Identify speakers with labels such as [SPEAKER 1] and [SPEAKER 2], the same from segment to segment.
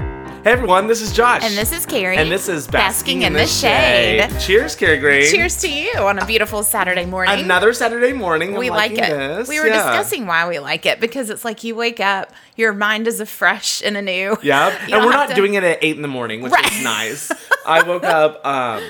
[SPEAKER 1] Hey everyone, this is Josh.
[SPEAKER 2] And this is Carrie.
[SPEAKER 1] And this is Basking,
[SPEAKER 2] Basking in the Shade.
[SPEAKER 1] Cheers, Carrie Green.
[SPEAKER 2] Cheers to you on a beautiful Saturday morning.
[SPEAKER 1] Another Saturday morning. I'm
[SPEAKER 2] we like
[SPEAKER 1] liking
[SPEAKER 2] it.
[SPEAKER 1] this.
[SPEAKER 2] We were
[SPEAKER 1] Yeah.
[SPEAKER 2] discussing why we like it because it's like you wake up, your mind is afresh and anew.
[SPEAKER 1] Yep.
[SPEAKER 2] You
[SPEAKER 1] and
[SPEAKER 2] don't
[SPEAKER 1] we're
[SPEAKER 2] have
[SPEAKER 1] not
[SPEAKER 2] to-
[SPEAKER 1] doing it at eight in the morning, which
[SPEAKER 2] Right.
[SPEAKER 1] is nice. I woke up. Um,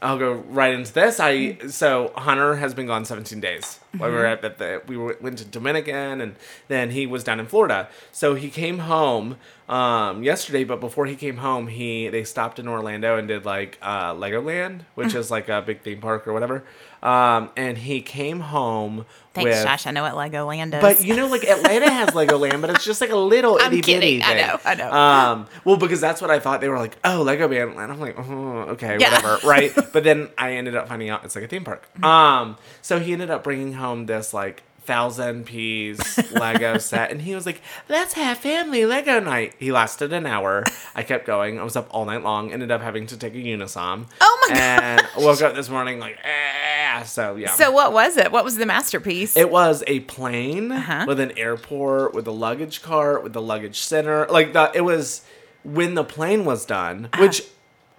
[SPEAKER 1] I'll go right into this. I so Hunter has been gone 17 days. While we were
[SPEAKER 2] Mm-hmm.
[SPEAKER 1] up at the we were, went to Dominican and then he was down in Florida. So he came home um, yesterday, but before he came home, he they stopped in Orlando and did like uh, Legoland,
[SPEAKER 2] Mm-hmm.
[SPEAKER 1] which is like a big theme park or whatever. Um, and he came home
[SPEAKER 2] Thanks,
[SPEAKER 1] with.
[SPEAKER 2] Josh. I know what Legoland is.
[SPEAKER 1] But you know, like Atlanta has Legoland, but it's just like a little
[SPEAKER 2] I'm
[SPEAKER 1] itty bitty
[SPEAKER 2] kidding.
[SPEAKER 1] thing.
[SPEAKER 2] I know, I know.
[SPEAKER 1] Um, well, because that's what I thought. They were like, "Oh, Lego Man," and I'm like, "Oh, okay,
[SPEAKER 2] Yeah. Mm-hmm.
[SPEAKER 1] whatever, right?" But then I ended up finding out it's like a theme park. Um, so he ended up bringing home this like thousand piece Lego set, and he was like, "Let's have family Lego night." He lasted an hour. I kept going. I was up all night long. Ended up having to take a unisom.
[SPEAKER 2] Oh my
[SPEAKER 1] And woke up this morning like, ah. So yeah.
[SPEAKER 2] so what was it? What was the masterpiece?
[SPEAKER 1] It was a plane
[SPEAKER 2] Uh-huh.
[SPEAKER 1] with an airport, with a luggage cart, with a luggage center. Like the it was when the plane was done,
[SPEAKER 2] Uh-huh.
[SPEAKER 1] which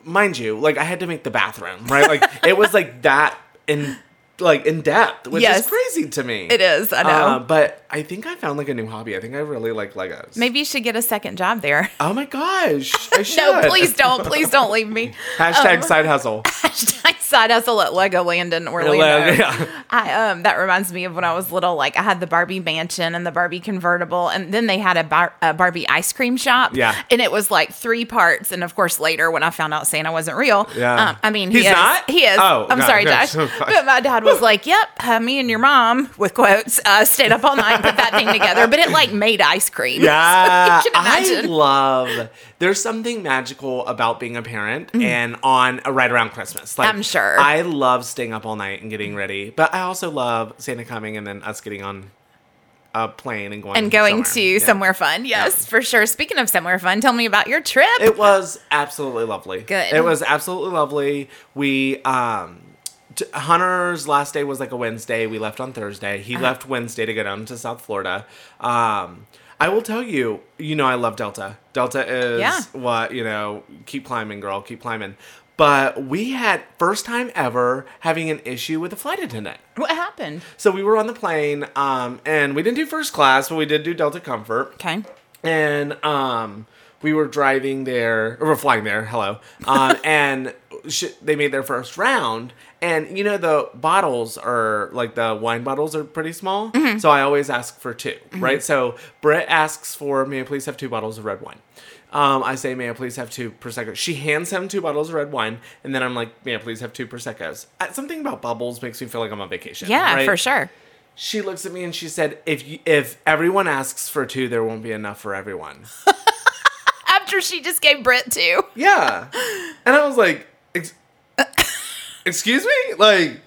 [SPEAKER 1] mind you, like I had to make the bathroom, right? Like it was like that in like in depth, which
[SPEAKER 2] Yes.
[SPEAKER 1] is crazy to me.
[SPEAKER 2] It is, I know.
[SPEAKER 1] Uh, but I think I found like a new hobby. I think I really like Legos.
[SPEAKER 2] Maybe you should get a second job there.
[SPEAKER 1] Oh my gosh. I should.
[SPEAKER 2] No, please don't. Please don't leave me.
[SPEAKER 1] Hashtag
[SPEAKER 2] Um,
[SPEAKER 1] side hustle.
[SPEAKER 2] Hashtag side hustle at Legoland in Orlando.
[SPEAKER 1] yeah.
[SPEAKER 2] I um that reminds me of when I was little. Like I had the Barbie mansion and the Barbie convertible, and then they had a, bar- a Barbie ice cream shop.
[SPEAKER 1] Yeah.
[SPEAKER 2] and it was like three parts. And of course, later when I found out Santa wasn't real,
[SPEAKER 1] Yeah.
[SPEAKER 2] um, I mean
[SPEAKER 1] He's
[SPEAKER 2] he is.
[SPEAKER 1] not?
[SPEAKER 2] He is.
[SPEAKER 1] Oh,
[SPEAKER 2] I'm
[SPEAKER 1] God,
[SPEAKER 2] sorry,
[SPEAKER 1] yeah.
[SPEAKER 2] Josh. but my dad was like, "Yep, uh, me and your mom with quotes uh, stayed up all night, put that thing together, but it like made ice cream.
[SPEAKER 1] Yeah,
[SPEAKER 2] So you can
[SPEAKER 1] I
[SPEAKER 2] imagine.
[SPEAKER 1] love. There's something magical about being a parent and on uh, right around Christmas. Like
[SPEAKER 2] Mm-hmm. I'm sure.
[SPEAKER 1] I love staying up all night and getting ready, but I also love Santa coming and then us getting on a plane and going
[SPEAKER 2] and going to
[SPEAKER 1] Yeah.
[SPEAKER 2] somewhere fun. Yes, for sure. Speaking of somewhere fun, tell me about your trip.
[SPEAKER 1] It was absolutely lovely.
[SPEAKER 2] Good.
[SPEAKER 1] It was absolutely lovely. We um t- Hunter's last day was like a Wednesday. We left on Thursday.
[SPEAKER 2] Uh-huh.
[SPEAKER 1] He left Wednesday to go down to South Florida. Um I will tell you, you know I love Delta. Delta is
[SPEAKER 2] Yeah.
[SPEAKER 1] what, you know, keep climbing, girl, keep climbing. But we had first time ever having an issue with a flight attendant.
[SPEAKER 2] what happened?
[SPEAKER 1] So we were on the plane, um, and we didn't do first class, but we did do Delta Comfort
[SPEAKER 2] Okay.
[SPEAKER 1] and um we were driving there or we're flying there hello um and sh- they made their first round and you know the bottles are like the wine bottles are pretty small
[SPEAKER 2] Mm-hmm.
[SPEAKER 1] so i always ask for 2 right so brett asks for may i please have two bottles of red wine um, I say, may I please have two Prosecco? She hands him two bottles of red wine, and then I'm like, may I please have two Proseccos? Uh, Something about bubbles makes me feel like I'm on vacation.
[SPEAKER 2] Yeah,
[SPEAKER 1] right?
[SPEAKER 2] for sure.
[SPEAKER 1] she looks at me and she said, "If you, if everyone asks for two, there won't be enough for everyone."
[SPEAKER 2] After she just gave Britt two.
[SPEAKER 1] Yeah, and I was like, Ex- "Excuse me, like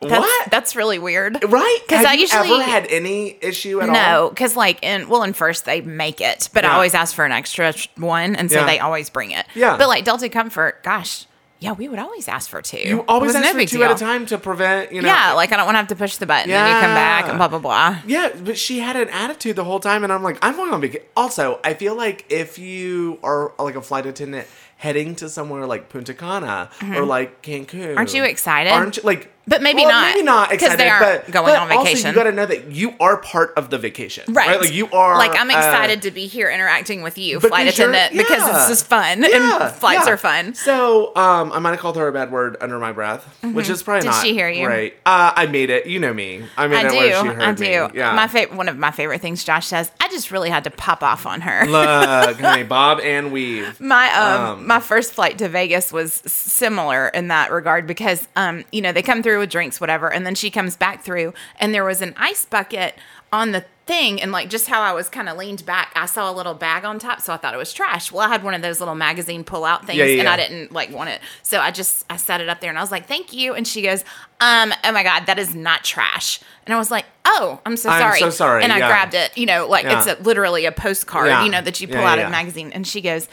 [SPEAKER 2] That's,
[SPEAKER 1] what?
[SPEAKER 2] That's really weird.
[SPEAKER 1] right?
[SPEAKER 2] 'Cause
[SPEAKER 1] Have
[SPEAKER 2] I
[SPEAKER 1] you
[SPEAKER 2] usually-
[SPEAKER 1] ever had any issue at all?
[SPEAKER 2] No, because like in well, in first they make it, but I
[SPEAKER 1] Yeah.
[SPEAKER 2] always ask for an extra sh- one, and so
[SPEAKER 1] Yeah.
[SPEAKER 2] they always bring it.
[SPEAKER 1] Yeah.
[SPEAKER 2] But like Delta Comfort, gosh, yeah, we would always ask for two.
[SPEAKER 1] You always
[SPEAKER 2] It
[SPEAKER 1] ask
[SPEAKER 2] was no
[SPEAKER 1] for
[SPEAKER 2] big
[SPEAKER 1] two
[SPEAKER 2] deal.
[SPEAKER 1] at a time to prevent, you know.
[SPEAKER 2] Yeah, like I don't want to have to push the button, and you come back,
[SPEAKER 1] Yeah.
[SPEAKER 2] and blah blah blah.
[SPEAKER 1] Yeah, but she had an attitude the whole time, and I'm like, I'm going on vacation. Also, I feel like if you are like a flight attendant heading to somewhere like Punta Cana or like Cancun,
[SPEAKER 2] Mm-hmm. Aren't you excited?
[SPEAKER 1] Aren't you like?
[SPEAKER 2] But maybe
[SPEAKER 1] well,
[SPEAKER 2] not,
[SPEAKER 1] Maybe not
[SPEAKER 2] 'cause they
[SPEAKER 1] excited.
[SPEAKER 2] aren't
[SPEAKER 1] but
[SPEAKER 2] going
[SPEAKER 1] but
[SPEAKER 2] on
[SPEAKER 1] Also,
[SPEAKER 2] vacation.
[SPEAKER 1] you got to know that you are part of the vacation,
[SPEAKER 2] Right.
[SPEAKER 1] Like you are.
[SPEAKER 2] Like I'm
[SPEAKER 1] uh,
[SPEAKER 2] excited to be here interacting with you, flight
[SPEAKER 1] because you're-
[SPEAKER 2] attendant, because
[SPEAKER 1] yeah.
[SPEAKER 2] it's just fun,
[SPEAKER 1] yeah,
[SPEAKER 2] and flights
[SPEAKER 1] yeah.
[SPEAKER 2] are fun.
[SPEAKER 1] So um, I might have called her a bad word under my breath, which is probably
[SPEAKER 2] Mm-hmm. Did
[SPEAKER 1] not
[SPEAKER 2] she hear you?
[SPEAKER 1] Right. Uh, I made it. You know me. I made
[SPEAKER 2] I
[SPEAKER 1] it
[SPEAKER 2] do.
[SPEAKER 1] where she heard
[SPEAKER 2] I
[SPEAKER 1] me.
[SPEAKER 2] do.
[SPEAKER 1] Yeah.
[SPEAKER 2] My favorite, one of my favorite things Josh says. I just really had to pop off on her.
[SPEAKER 1] Look, honey, Bob and Weave.
[SPEAKER 2] My um,
[SPEAKER 1] Um,
[SPEAKER 2] my first flight to Vegas was s- similar in that regard because um you know they come through with drinks whatever and then she comes back through and there was an ice bucket on the thing and like just how I was kind of leaned back I saw a little bag on top so I thought it was trash well I had one of those little magazine pull out things
[SPEAKER 1] Yeah, yeah,
[SPEAKER 2] and I
[SPEAKER 1] yeah.
[SPEAKER 2] didn't like want it so I just I set it up there and I was like thank you and she goes um oh my god that is not trash and I was like oh I'm so
[SPEAKER 1] I'm
[SPEAKER 2] sorry
[SPEAKER 1] so sorry,
[SPEAKER 2] and I
[SPEAKER 1] yeah.
[SPEAKER 2] grabbed it you know like it's
[SPEAKER 1] Yeah.
[SPEAKER 2] a, literally a postcard
[SPEAKER 1] Yeah.
[SPEAKER 2] you know that you pull
[SPEAKER 1] Yeah,
[SPEAKER 2] out
[SPEAKER 1] yeah,
[SPEAKER 2] of a
[SPEAKER 1] yeah.
[SPEAKER 2] magazine and she goes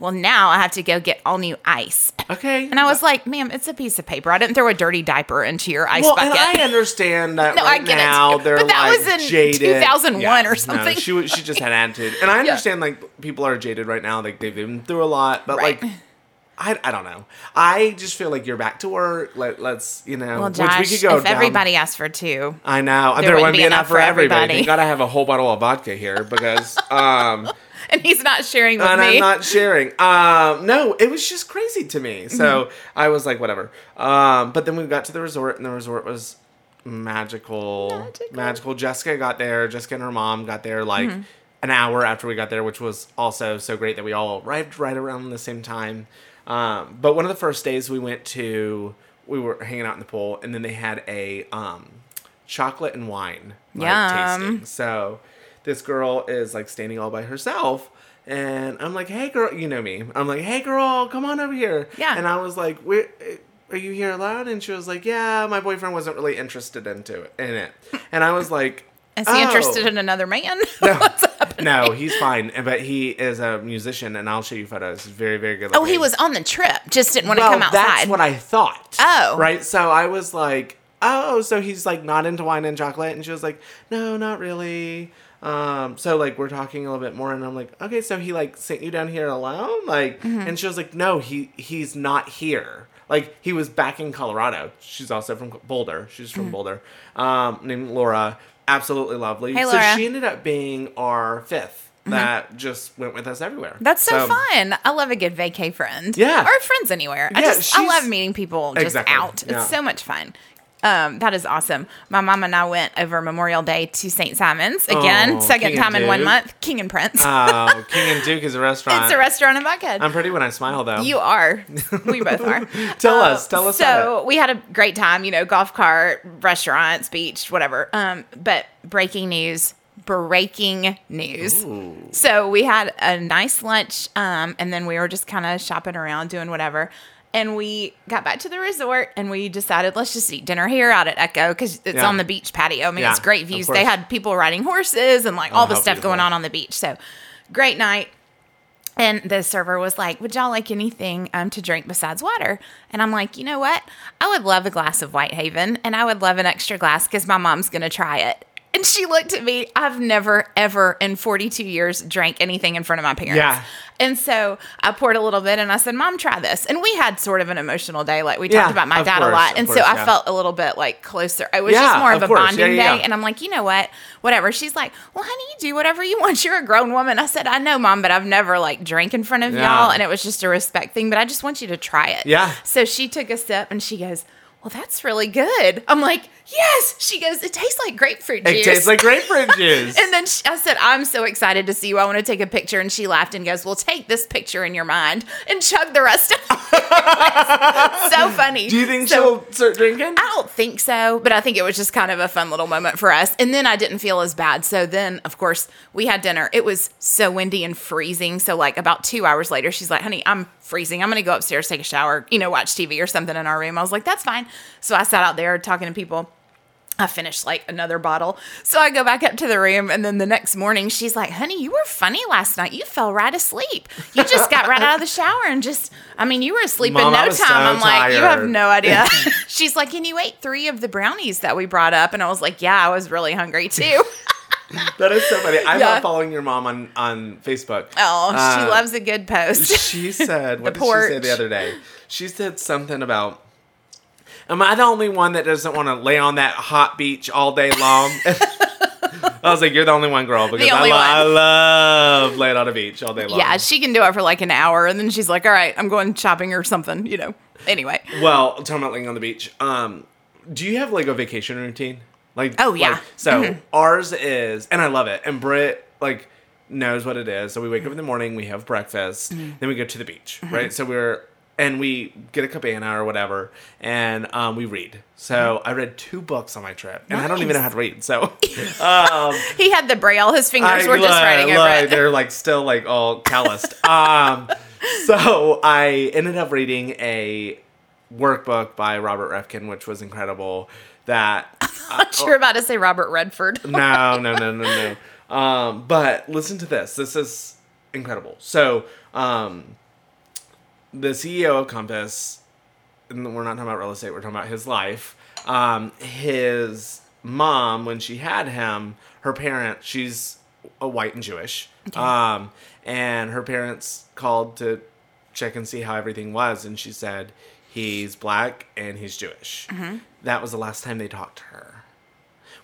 [SPEAKER 2] well, now I have to go get all new ice.
[SPEAKER 1] Okay.
[SPEAKER 2] And I was like, ma'am, it's a piece of paper. I didn't throw a dirty diaper into your ice
[SPEAKER 1] well, and
[SPEAKER 2] bucket.
[SPEAKER 1] I understand that
[SPEAKER 2] No, I
[SPEAKER 1] right
[SPEAKER 2] get it,
[SPEAKER 1] now
[SPEAKER 2] too.
[SPEAKER 1] they're
[SPEAKER 2] But that
[SPEAKER 1] like
[SPEAKER 2] was in
[SPEAKER 1] jaded.
[SPEAKER 2] 2001 or
[SPEAKER 1] no,
[SPEAKER 2] something.
[SPEAKER 1] she was- she just had attitude, and I understand like people are jaded right now. Like they've been through a lot, but
[SPEAKER 2] Right.
[SPEAKER 1] like. I, I don't know. I just feel like you're back to work. Let, let's, you know,
[SPEAKER 2] well, Josh,
[SPEAKER 1] which we could go
[SPEAKER 2] if
[SPEAKER 1] down-
[SPEAKER 2] everybody asked for two,
[SPEAKER 1] I know. There, wouldn't be enough for everybody.
[SPEAKER 2] everybody.
[SPEAKER 1] You gotta have a whole bottle of vodka here because um
[SPEAKER 2] and he's not sharing with
[SPEAKER 1] and
[SPEAKER 2] me.
[SPEAKER 1] I'm not sharing. Um no, it was just crazy to me. So
[SPEAKER 2] Mm-hmm.
[SPEAKER 1] I was like, whatever. Um but then we got to the resort and the resort was magical.
[SPEAKER 2] Magical. Mm-hmm.
[SPEAKER 1] Jessica got there, Jessica and her mom got there like an hour after we got there, which was also so great that we all arrived right around the same time. Um but one of the first days we went to we were hanging out in the pool and then they had a um chocolate and wine like,
[SPEAKER 2] Yum.
[SPEAKER 1] tasting. So this girl is like standing all by herself. And I'm like, hey, girl, you know me. I'm like, hey, girl, come on over here.
[SPEAKER 2] Yeah.
[SPEAKER 1] And I was like, Where, eh, are you here alone? And she was like, yeah, my boyfriend wasn't really interested into it, in it. And I was like,
[SPEAKER 2] Is he
[SPEAKER 1] "Oh."
[SPEAKER 2] interested in another man?
[SPEAKER 1] No, he's fine. And- But he is a musician, and I'll show you photos. He's very, very good.
[SPEAKER 2] oh, he
[SPEAKER 1] looking.
[SPEAKER 2] was on the trip, just didn't want to come outside.
[SPEAKER 1] That's what I thought.
[SPEAKER 2] Oh.
[SPEAKER 1] Right? So I was like, oh, so he's like not into wine and chocolate. And she was like, no, not really. Um, so like we're talking a little bit more and I'm like, okay, so he like sent you down here alone? Like
[SPEAKER 2] Mm-hmm.
[SPEAKER 1] and she was like, No, he he's not here. Like he was back in Colorado. She's also from Boulder. She's
[SPEAKER 2] Mm-hmm.
[SPEAKER 1] from Boulder. Um, named Laura. Absolutely lovely.
[SPEAKER 2] Hey,
[SPEAKER 1] so
[SPEAKER 2] Laura. Mm-hmm.
[SPEAKER 1] she ended up being our 5th that just went with us everywhere.
[SPEAKER 2] That's so,
[SPEAKER 1] fun.
[SPEAKER 2] fun. I love a good vacay friend.
[SPEAKER 1] Yeah.
[SPEAKER 2] Or friends anywhere. I
[SPEAKER 1] Yeah,
[SPEAKER 2] just I
[SPEAKER 1] she's-
[SPEAKER 2] love meeting people just
[SPEAKER 1] Exactly.
[SPEAKER 2] out. It's
[SPEAKER 1] Yeah.
[SPEAKER 2] so much fun. Um, that is awesome. My mom and I went over Memorial Day to St. Simon's again,
[SPEAKER 1] Oh,
[SPEAKER 2] second
[SPEAKER 1] King and
[SPEAKER 2] time in one
[SPEAKER 1] Duke.
[SPEAKER 2] month. King and Prince.
[SPEAKER 1] Oh, King and Duke is a restaurant.
[SPEAKER 2] it's a restaurant in Buckhead.
[SPEAKER 1] I'm pretty when I smile though.
[SPEAKER 2] You are. We both are.
[SPEAKER 1] Tell
[SPEAKER 2] Uh,
[SPEAKER 1] us, tell us about
[SPEAKER 2] So we had a great time, you know, golf cart, restaurants, beach, whatever. Um, but breaking news, breaking news. So we had a nice lunch, um, and then we were just kind of shopping around, doing whatever. And we got back to the resort, and we decided let's just eat dinner here out at Echo because it's
[SPEAKER 1] Yeah.
[SPEAKER 2] on the beach patio. I mean,
[SPEAKER 1] Yeah,
[SPEAKER 2] it's great
[SPEAKER 1] of
[SPEAKER 2] views.
[SPEAKER 1] course. Oh,
[SPEAKER 2] They had people riding horses and like all the
[SPEAKER 1] how
[SPEAKER 2] stuff going
[SPEAKER 1] beautiful.
[SPEAKER 2] on on the beach. So great night. And the server was like, Would y'all like anything um, to drink besides water? And I'm like, You know what? I would love a glass of Whitehaven and I would love an extra glass because my mom's going to try it. And she looked at me. I've never, ever in 42 years drank anything in front of my parents.
[SPEAKER 1] Yeah.
[SPEAKER 2] And so I poured a little bit and I said, Mom, try this. And we had sort of an emotional day. Like we talked
[SPEAKER 1] Yeah,
[SPEAKER 2] about my
[SPEAKER 1] of
[SPEAKER 2] dad a
[SPEAKER 1] course,
[SPEAKER 2] lot.
[SPEAKER 1] of
[SPEAKER 2] And so
[SPEAKER 1] course,
[SPEAKER 2] I
[SPEAKER 1] yeah.
[SPEAKER 2] felt a little bit like closer. It was
[SPEAKER 1] Yeah,
[SPEAKER 2] just more of,
[SPEAKER 1] of
[SPEAKER 2] a
[SPEAKER 1] course. Yeah,
[SPEAKER 2] bonding
[SPEAKER 1] yeah,
[SPEAKER 2] day.
[SPEAKER 1] yeah.
[SPEAKER 2] And I'm like, you know what? Whatever. She's like, well, honey, you do whatever you want. You're a grown woman. I said, I know, mom, but I've never like drank in front of
[SPEAKER 1] Yeah.
[SPEAKER 2] y'all. And it was just a respect thing, but I just want you to try it.
[SPEAKER 1] Yeah.
[SPEAKER 2] So she took a sip and she goes, well, that's really good. I'm like, yes. She goes, it tastes like grapefruit
[SPEAKER 1] it
[SPEAKER 2] juice.
[SPEAKER 1] tastes like grapefruit juice.
[SPEAKER 2] And then she, I said, I'm so excited to see you. I want to take a picture. And she laughed and goes, Well, take this picture in your mind and chug the rest of it. so funny.
[SPEAKER 1] Do you think
[SPEAKER 2] so, Ah.
[SPEAKER 1] she'll start drinking?
[SPEAKER 2] I don't think so, but I think it was just kind of a fun little moment for us. And then I didn't feel as bad. So then, of course, we had dinner. It was so windy and freezing. So, like, about two hours later, she's like, honey, I'm freezing. I'm going to go upstairs, take a shower, you know, watch TV or something in our room. I was like, that's fine. So I sat out there talking to people. I finished like another bottle. So I go back up to the room. And then the next morning, she's like, honey, you were funny last night. You fell right asleep. You just got right out of the shower and just, I mean, you were asleep in
[SPEAKER 1] Mom,
[SPEAKER 2] no
[SPEAKER 1] I
[SPEAKER 2] time.
[SPEAKER 1] was so
[SPEAKER 2] I'm like, you have
[SPEAKER 1] tired."
[SPEAKER 2] no idea. She's like, and you ate three of the brownies that we brought up. And I was like, yeah, I was really hungry too.
[SPEAKER 1] that is so funny. I'm
[SPEAKER 2] Yeah.
[SPEAKER 1] not following your mom on on Facebook.
[SPEAKER 2] Oh, she
[SPEAKER 1] Uh,
[SPEAKER 2] loves a good post.
[SPEAKER 1] She said, what did she say
[SPEAKER 2] porch.
[SPEAKER 1] the other day? She said something about. Am I the only one that doesn't want to lay on that hot beach all day long? I was like, "You're the only one, girl," because I,
[SPEAKER 2] only
[SPEAKER 1] lo-
[SPEAKER 2] one.
[SPEAKER 1] I love laying on a beach all day long.
[SPEAKER 2] Yeah, she can do it for like an hour. And then she's like, all right, I'm going shopping or something, you know. Anyway,
[SPEAKER 1] Well, talking about laying on the beach. Um, do you have like a vacation routine? Like
[SPEAKER 2] Oh, yeah.
[SPEAKER 1] like- so ours is, and I love it. And Britt like knows what it is. So we wake up in the morning, we have breakfast,
[SPEAKER 2] Mm-hmm.
[SPEAKER 1] then we go to the beach, right? So we're and we get a cabana or whatever, and um, we read. So
[SPEAKER 2] Mm-hmm.
[SPEAKER 1] I read two books on my trip, and I don't even know how to read. So
[SPEAKER 2] he had the braille. His fingers
[SPEAKER 1] I
[SPEAKER 2] were just
[SPEAKER 1] lie,
[SPEAKER 2] writing
[SPEAKER 1] lie.
[SPEAKER 2] over it.
[SPEAKER 1] They're like still like all calloused. um, so I ended up reading a workbook by Robert Refkin, which was incredible. That
[SPEAKER 2] I'm sure about to say Robert Redford.
[SPEAKER 1] no, no, no, no, no. Um, but listen to this. This is incredible. So, um, the CEO of Compass, and we're not talking about real estate, we're talking about his life. Um, his mom, when she had him, her parents, she's a white and Jewish. Um, and her parents called to check and see how everything was. And she said, he's black and he's Jewish. That was the last time they talked to her.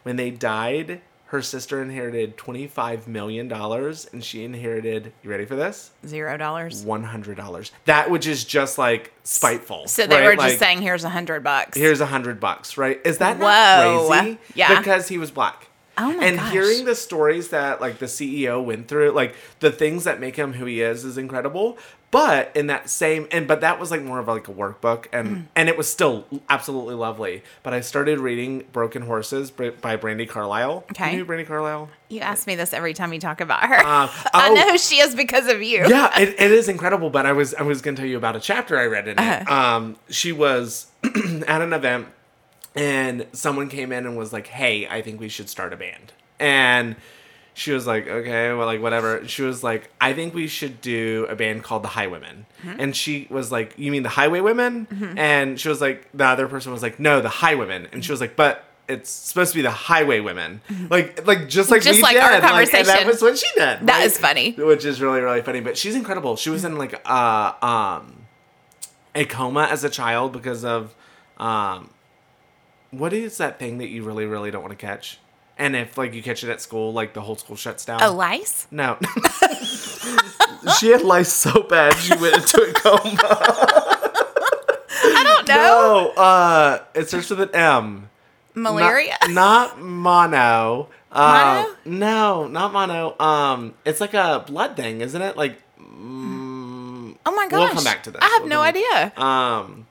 [SPEAKER 1] When they died, her sister inherited $25 million and she inherited, you ready for this?
[SPEAKER 2] Zero dollars.
[SPEAKER 1] $100. That which is just like spiteful.
[SPEAKER 2] So they
[SPEAKER 1] right?
[SPEAKER 2] were just
[SPEAKER 1] Like,
[SPEAKER 2] saying, "Here's a hundred bucks."
[SPEAKER 1] Here's a hundred bucks, right? Is that
[SPEAKER 2] Whoa.
[SPEAKER 1] not crazy?
[SPEAKER 2] Yeah.
[SPEAKER 1] Because he was black.
[SPEAKER 2] Oh my
[SPEAKER 1] And
[SPEAKER 2] gosh.
[SPEAKER 1] hearing the stories that like the CEO went through, like the things that make him who he is is incredible. But in that same and but that was like more of like a workbook and
[SPEAKER 2] Mm.
[SPEAKER 1] and it was still absolutely lovely. But I started reading Broken Horses by- by Brandy Carlisle.
[SPEAKER 2] Okay.
[SPEAKER 1] You knew Brandy Carlisle?
[SPEAKER 2] You ask me this every time you talk about her.
[SPEAKER 1] Uh,
[SPEAKER 2] I
[SPEAKER 1] oh.
[SPEAKER 2] know who she is because of you.
[SPEAKER 1] yeah, it, it is incredible. But I was I was gonna tell you about a chapter I read in it.
[SPEAKER 2] Uh-huh.
[SPEAKER 1] Um, she was at an event, and someone came in and was like, "Hey, I think we should start a band." And she was like, "Okay, well, like whatever." She was like, "I think we should do a band called the Highwaymen."
[SPEAKER 2] Mm-hmm.
[SPEAKER 1] And she was like, "You mean the Highway Women?" And she was like, the other person was like, "No, the Highwaymen." And she was like, "But." It's supposed to be the highway women, like like just like
[SPEAKER 2] Mm-hmm. Just
[SPEAKER 1] we
[SPEAKER 2] like
[SPEAKER 1] did.
[SPEAKER 2] our
[SPEAKER 1] and that
[SPEAKER 2] conversation.
[SPEAKER 1] was what she did. That is
[SPEAKER 2] That is funny.
[SPEAKER 1] which is really really funny but she's incredible she was in like uh um a coma as a child because of um what is that thing that you really really don't want to catch and if like you catch it at school like the whole school shuts down
[SPEAKER 2] Oh, lice?
[SPEAKER 1] no she had lice so bad she went into a
[SPEAKER 2] Oh.
[SPEAKER 1] coma
[SPEAKER 2] I don't know.
[SPEAKER 1] no uh it starts with an m Not-
[SPEAKER 2] Malaria?
[SPEAKER 1] not, mono uh,
[SPEAKER 2] Mono?
[SPEAKER 1] no not mono um it's like a blood thing isn't it like mm,
[SPEAKER 2] oh my gosh.
[SPEAKER 1] We'll come back to this.
[SPEAKER 2] I have
[SPEAKER 1] We'll
[SPEAKER 2] no
[SPEAKER 1] come-
[SPEAKER 2] idea.
[SPEAKER 1] Um,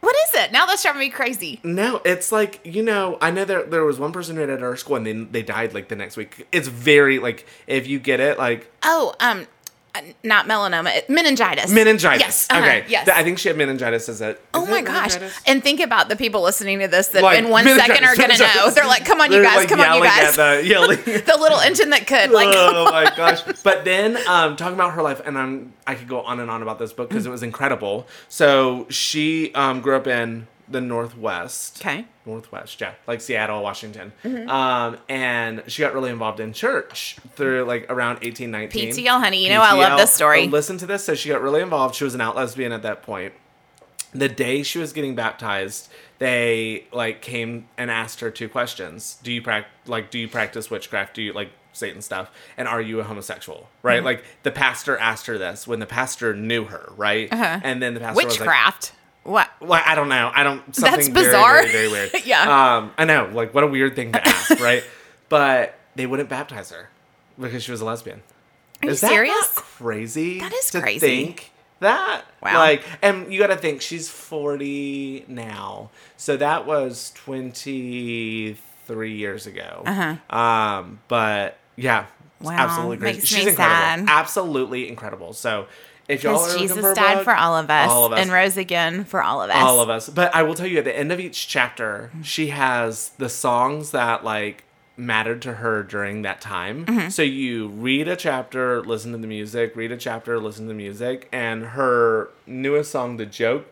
[SPEAKER 2] What is it? Now that's driving me crazy.
[SPEAKER 1] no, it's like you know, I know there there was one person who had it at our school, and then they died like the next week. It's very like if you get it, like
[SPEAKER 2] Oh, um, uh, not melanoma, it- meningitis.
[SPEAKER 1] meningitis.
[SPEAKER 2] Yes. uh-huh,
[SPEAKER 1] okay.
[SPEAKER 2] Yes.
[SPEAKER 1] Th- I think she had meningitis. Is it?
[SPEAKER 2] Oh
[SPEAKER 1] is
[SPEAKER 2] my
[SPEAKER 1] it
[SPEAKER 2] gosh.
[SPEAKER 1] meningitis?
[SPEAKER 2] And think about the people listening to this that
[SPEAKER 1] Like,
[SPEAKER 2] in one
[SPEAKER 1] meningitis,
[SPEAKER 2] second are going to know.
[SPEAKER 1] meningitis.
[SPEAKER 2] They're like, come on, you
[SPEAKER 1] They're,
[SPEAKER 2] guys,
[SPEAKER 1] like,
[SPEAKER 2] come on, you
[SPEAKER 1] yelling at
[SPEAKER 2] guys.
[SPEAKER 1] the- yelling.
[SPEAKER 2] The little engine that could. Like,
[SPEAKER 1] oh my gosh but then um talking about her life and i'm i could go on and on about this book because it was incredible so she um grew up in the northwest
[SPEAKER 2] Okay. Mm-hmm.
[SPEAKER 1] northwest yeah like seattle washington um and she got really involved in church through like around eighteen, nineteen.
[SPEAKER 2] PTL, honey, you know I love this story.
[SPEAKER 1] Oh, listen to this so she got really involved she was an out lesbian at that point the day she was getting baptized they like came and asked her two questions do you prac like do you practice witchcraft do you like satan stuff and are you a homosexual right
[SPEAKER 2] Mm-hmm.
[SPEAKER 1] like the pastor asked her this when the pastor knew her right
[SPEAKER 2] Uh-huh.
[SPEAKER 1] and then the pastor was like
[SPEAKER 2] witchcraft. what?
[SPEAKER 1] well, I don't know. I don't. Something
[SPEAKER 2] That's
[SPEAKER 1] very,
[SPEAKER 2] bizarre.
[SPEAKER 1] Very, very, weird.
[SPEAKER 2] Yeah.
[SPEAKER 1] Um, I know. Like, what a weird thing to ask, right? But they wouldn't baptize her because she was a lesbian.
[SPEAKER 2] Are you
[SPEAKER 1] is that
[SPEAKER 2] serious?
[SPEAKER 1] not crazy?
[SPEAKER 2] That is
[SPEAKER 1] to
[SPEAKER 2] crazy.
[SPEAKER 1] Think that.
[SPEAKER 2] Wow.
[SPEAKER 1] Like, and you got to think she's forty now, so that was twenty three years ago. Uh-huh. Um, but yeah. it's
[SPEAKER 2] Wow,
[SPEAKER 1] Absolutely crazy.
[SPEAKER 2] makes
[SPEAKER 1] she's
[SPEAKER 2] me
[SPEAKER 1] incredible.
[SPEAKER 2] sad.
[SPEAKER 1] Absolutely incredible. So. If y'all are
[SPEAKER 2] Because
[SPEAKER 1] looking
[SPEAKER 2] Jesus
[SPEAKER 1] for a
[SPEAKER 2] died
[SPEAKER 1] book,
[SPEAKER 2] for all of us,
[SPEAKER 1] all of us.
[SPEAKER 2] and rose again for all of us.
[SPEAKER 1] all of us. But I will tell you, at the end of each chapter, she has the songs that like mattered to her during that time.
[SPEAKER 2] Mm-hmm.
[SPEAKER 1] So you read a chapter, listen to the music, read a chapter, listen to the music, and her newest song, "The Joke,"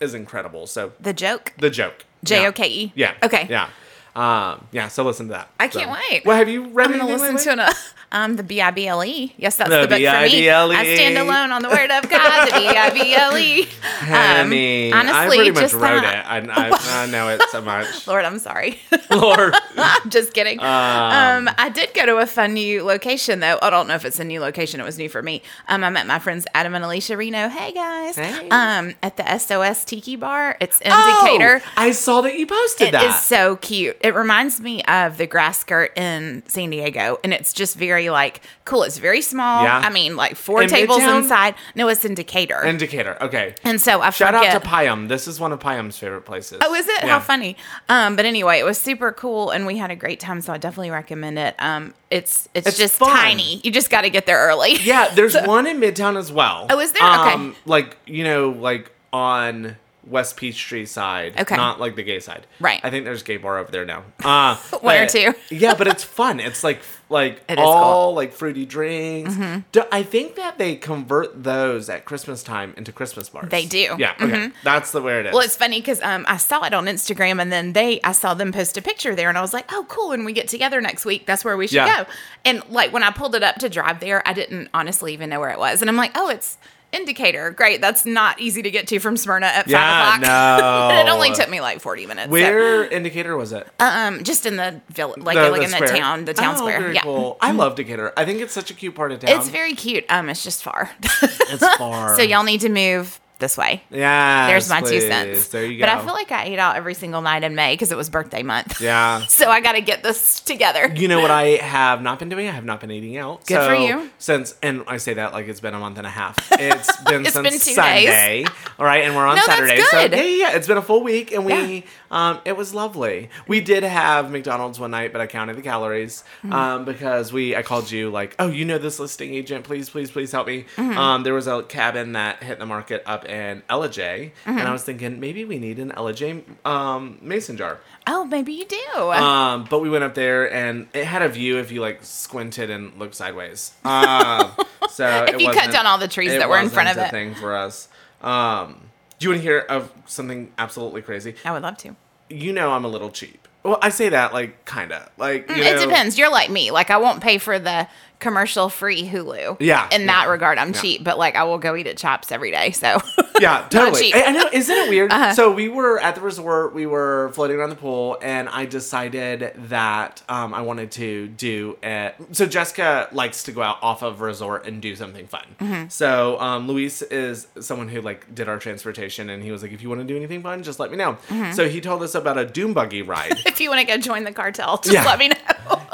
[SPEAKER 1] is incredible. So
[SPEAKER 2] The joke?
[SPEAKER 1] the joke,
[SPEAKER 2] J O K E?
[SPEAKER 1] Yeah. Yeah.
[SPEAKER 2] Okay.
[SPEAKER 1] Yeah. Um, yeah. So listen to that.
[SPEAKER 2] I
[SPEAKER 1] So-
[SPEAKER 2] can't wait.
[SPEAKER 1] Well, have you read?
[SPEAKER 2] I'm gonna
[SPEAKER 1] anything
[SPEAKER 2] listen
[SPEAKER 1] lately?
[SPEAKER 2] to an, um the B I B L E. Yes, that's
[SPEAKER 1] The
[SPEAKER 2] the, book for
[SPEAKER 1] BIBLE.
[SPEAKER 2] me. I stand alone on the word of God. The B I B L E.
[SPEAKER 1] I mean, I pretty much wrote it. I, I, I know it so much.
[SPEAKER 2] Lord, I'm sorry.
[SPEAKER 1] Lord.
[SPEAKER 2] I'm just kidding. Um, I did go to a fun new location though. I don't know if it's a new location. It was new for me. Um, I met my friends Adam and Alicia Reno. Hey guys.
[SPEAKER 1] Hey.
[SPEAKER 2] Um, at the SOS Tiki Bar. It's in
[SPEAKER 1] Oh,
[SPEAKER 2] Decatur.
[SPEAKER 1] I saw that you posted
[SPEAKER 2] It
[SPEAKER 1] that.
[SPEAKER 2] is so cute. It reminds me of the grass skirt in San Diego, and it's just very like cool. It's very small.
[SPEAKER 1] Yeah.
[SPEAKER 2] I mean, like four
[SPEAKER 1] In
[SPEAKER 2] tables
[SPEAKER 1] Midtown?
[SPEAKER 2] inside. No, it's in Decatur, and,
[SPEAKER 1] Indicator. Okay.
[SPEAKER 2] so I
[SPEAKER 1] Shout out
[SPEAKER 2] forget.
[SPEAKER 1] to Payam. This is one of Payam's favorite places.
[SPEAKER 2] Oh, is it?
[SPEAKER 1] Yeah.
[SPEAKER 2] How funny. Um, but anyway, it was super cool and we had a great time, so I definitely recommend it. Um, it's it's,
[SPEAKER 1] It's
[SPEAKER 2] just
[SPEAKER 1] fun.
[SPEAKER 2] tiny. You just gotta get there early.
[SPEAKER 1] Yeah, there's one in Midtown as well. Um,
[SPEAKER 2] Oh, is there? Okay.
[SPEAKER 1] Like you know, like on West Peachtree side,
[SPEAKER 2] Okay.
[SPEAKER 1] not like the gay side.
[SPEAKER 2] Right.
[SPEAKER 1] I think there's a gay bar over there now. Uh,
[SPEAKER 2] One or
[SPEAKER 1] but-
[SPEAKER 2] two.
[SPEAKER 1] yeah, but it's fun. It's like like
[SPEAKER 2] It is Mm-hmm.
[SPEAKER 1] all like fruity drinks. Do- I think that they convert those at Christmas time into Christmas bars.
[SPEAKER 2] They do. Mm-hmm.
[SPEAKER 1] Yeah. Okay. That's the way it is.
[SPEAKER 2] Well, it's funny because um, I saw it on Instagram, and then they, I saw them post a picture there, and I was like, "Oh, cool! When we get together next week, that's where we should
[SPEAKER 1] Yeah.
[SPEAKER 2] go." And like when I pulled it up to drive there, I didn't honestly even know where it was, and I'm like, "Oh, it's Indicator. Great, that's not easy to get to from Smyrna at
[SPEAKER 1] Yeah,
[SPEAKER 2] five o'clock." and it
[SPEAKER 1] no.
[SPEAKER 2] only took me like 40 minutes. so,
[SPEAKER 1] Where indicator was it?
[SPEAKER 2] um, just in the village, like,
[SPEAKER 1] The-
[SPEAKER 2] like
[SPEAKER 1] the
[SPEAKER 2] in
[SPEAKER 1] square?
[SPEAKER 2] the town, the town
[SPEAKER 1] Oh,
[SPEAKER 2] square.
[SPEAKER 1] very
[SPEAKER 2] yeah.
[SPEAKER 1] cool. I love Decatur. I think it's such a cute part of town.
[SPEAKER 2] It's very cute. Um, it's just far.
[SPEAKER 1] It's far.
[SPEAKER 2] so y'all need to move this way.
[SPEAKER 1] Yeah.
[SPEAKER 2] There's my two cents.
[SPEAKER 1] There you go.
[SPEAKER 2] But I feel like I ate out every single night in May because it was birthday month.
[SPEAKER 1] Yeah.
[SPEAKER 2] so I got to get this together.
[SPEAKER 1] You know what I have not been doing? I have not been eating out.
[SPEAKER 2] Good for
[SPEAKER 1] So,
[SPEAKER 2] you.
[SPEAKER 1] Since and I say that like it's been a month and a half. It's been
[SPEAKER 2] It's
[SPEAKER 1] since
[SPEAKER 2] been two days.
[SPEAKER 1] Sunday. All right, and we're on
[SPEAKER 2] No, that's
[SPEAKER 1] Saturday.
[SPEAKER 2] good.
[SPEAKER 1] So yeah, yeah, yeah, it's been a full week and we um it was lovely. We did have McDonald's one night, but I counted the calories.
[SPEAKER 2] Mm-hmm.
[SPEAKER 1] Um because we I called you like, "Oh, you know this listing agent, please please please help me."
[SPEAKER 2] Mm-hmm.
[SPEAKER 1] Um there was a cabin that hit the market up in LJ, and
[SPEAKER 2] Mm-hmm.
[SPEAKER 1] I was thinking maybe we need an LJ um mason jar.
[SPEAKER 2] oh, maybe you do.
[SPEAKER 1] Um, but we went up there and it had a view if you like squinted and looked sideways. Um, so
[SPEAKER 2] If
[SPEAKER 1] it
[SPEAKER 2] you cut
[SPEAKER 1] wasn't-
[SPEAKER 2] down all the trees
[SPEAKER 1] it
[SPEAKER 2] that were in front
[SPEAKER 1] wasn't
[SPEAKER 2] of
[SPEAKER 1] a
[SPEAKER 2] it.
[SPEAKER 1] thing for us. Um, do you want to hear of something absolutely crazy?
[SPEAKER 2] I would love to.
[SPEAKER 1] You know, I'm a little cheap. Well, I say that like kinda like you
[SPEAKER 2] Mm, It
[SPEAKER 1] know-
[SPEAKER 2] depends. You're like me. Like I won't pay for the commercial free Hulu.
[SPEAKER 1] Yeah,
[SPEAKER 2] In that
[SPEAKER 1] yeah,
[SPEAKER 2] regard, I'm
[SPEAKER 1] yeah.
[SPEAKER 2] cheap, but like I will go eat at Chops every day. So
[SPEAKER 1] Yeah, totally.
[SPEAKER 2] cheap.
[SPEAKER 1] I, I know. Isn't it weird? So we were at the resort. We were floating around the pool, and I decided that um, I wanted to do. A, so Jessica likes to go out off of resort and do something fun. So um, Luis is someone who like did our transportation, and he was like, "If you want to do anything fun, just let me know." So he told us about a doom buggy ride.
[SPEAKER 2] if you want to go join the cartel, just
[SPEAKER 1] Yeah.
[SPEAKER 2] let me know.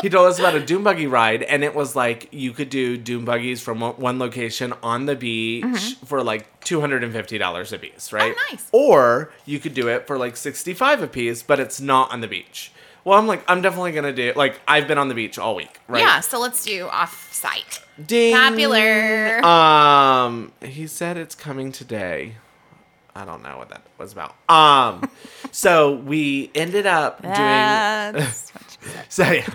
[SPEAKER 1] he told us about a doom buggy ride, and it was like you could do doom buggies from one- one location on the beach for like two hundred and fifty dollars a piece, right?
[SPEAKER 2] Mm-hmm. Oh, nice.
[SPEAKER 1] Or you could do it for like sixty five a piece, but it's not on the beach. Well, I'm like, I'm definitely gonna do. Like, I've been on the beach all week, right?
[SPEAKER 2] Yeah. So let's do off site.
[SPEAKER 1] Ding.
[SPEAKER 2] Popular.
[SPEAKER 1] Um, he said it's coming today. I don't know what that was about. Um, so we ended up doing
[SPEAKER 2] That's what you said.
[SPEAKER 1] So yeah,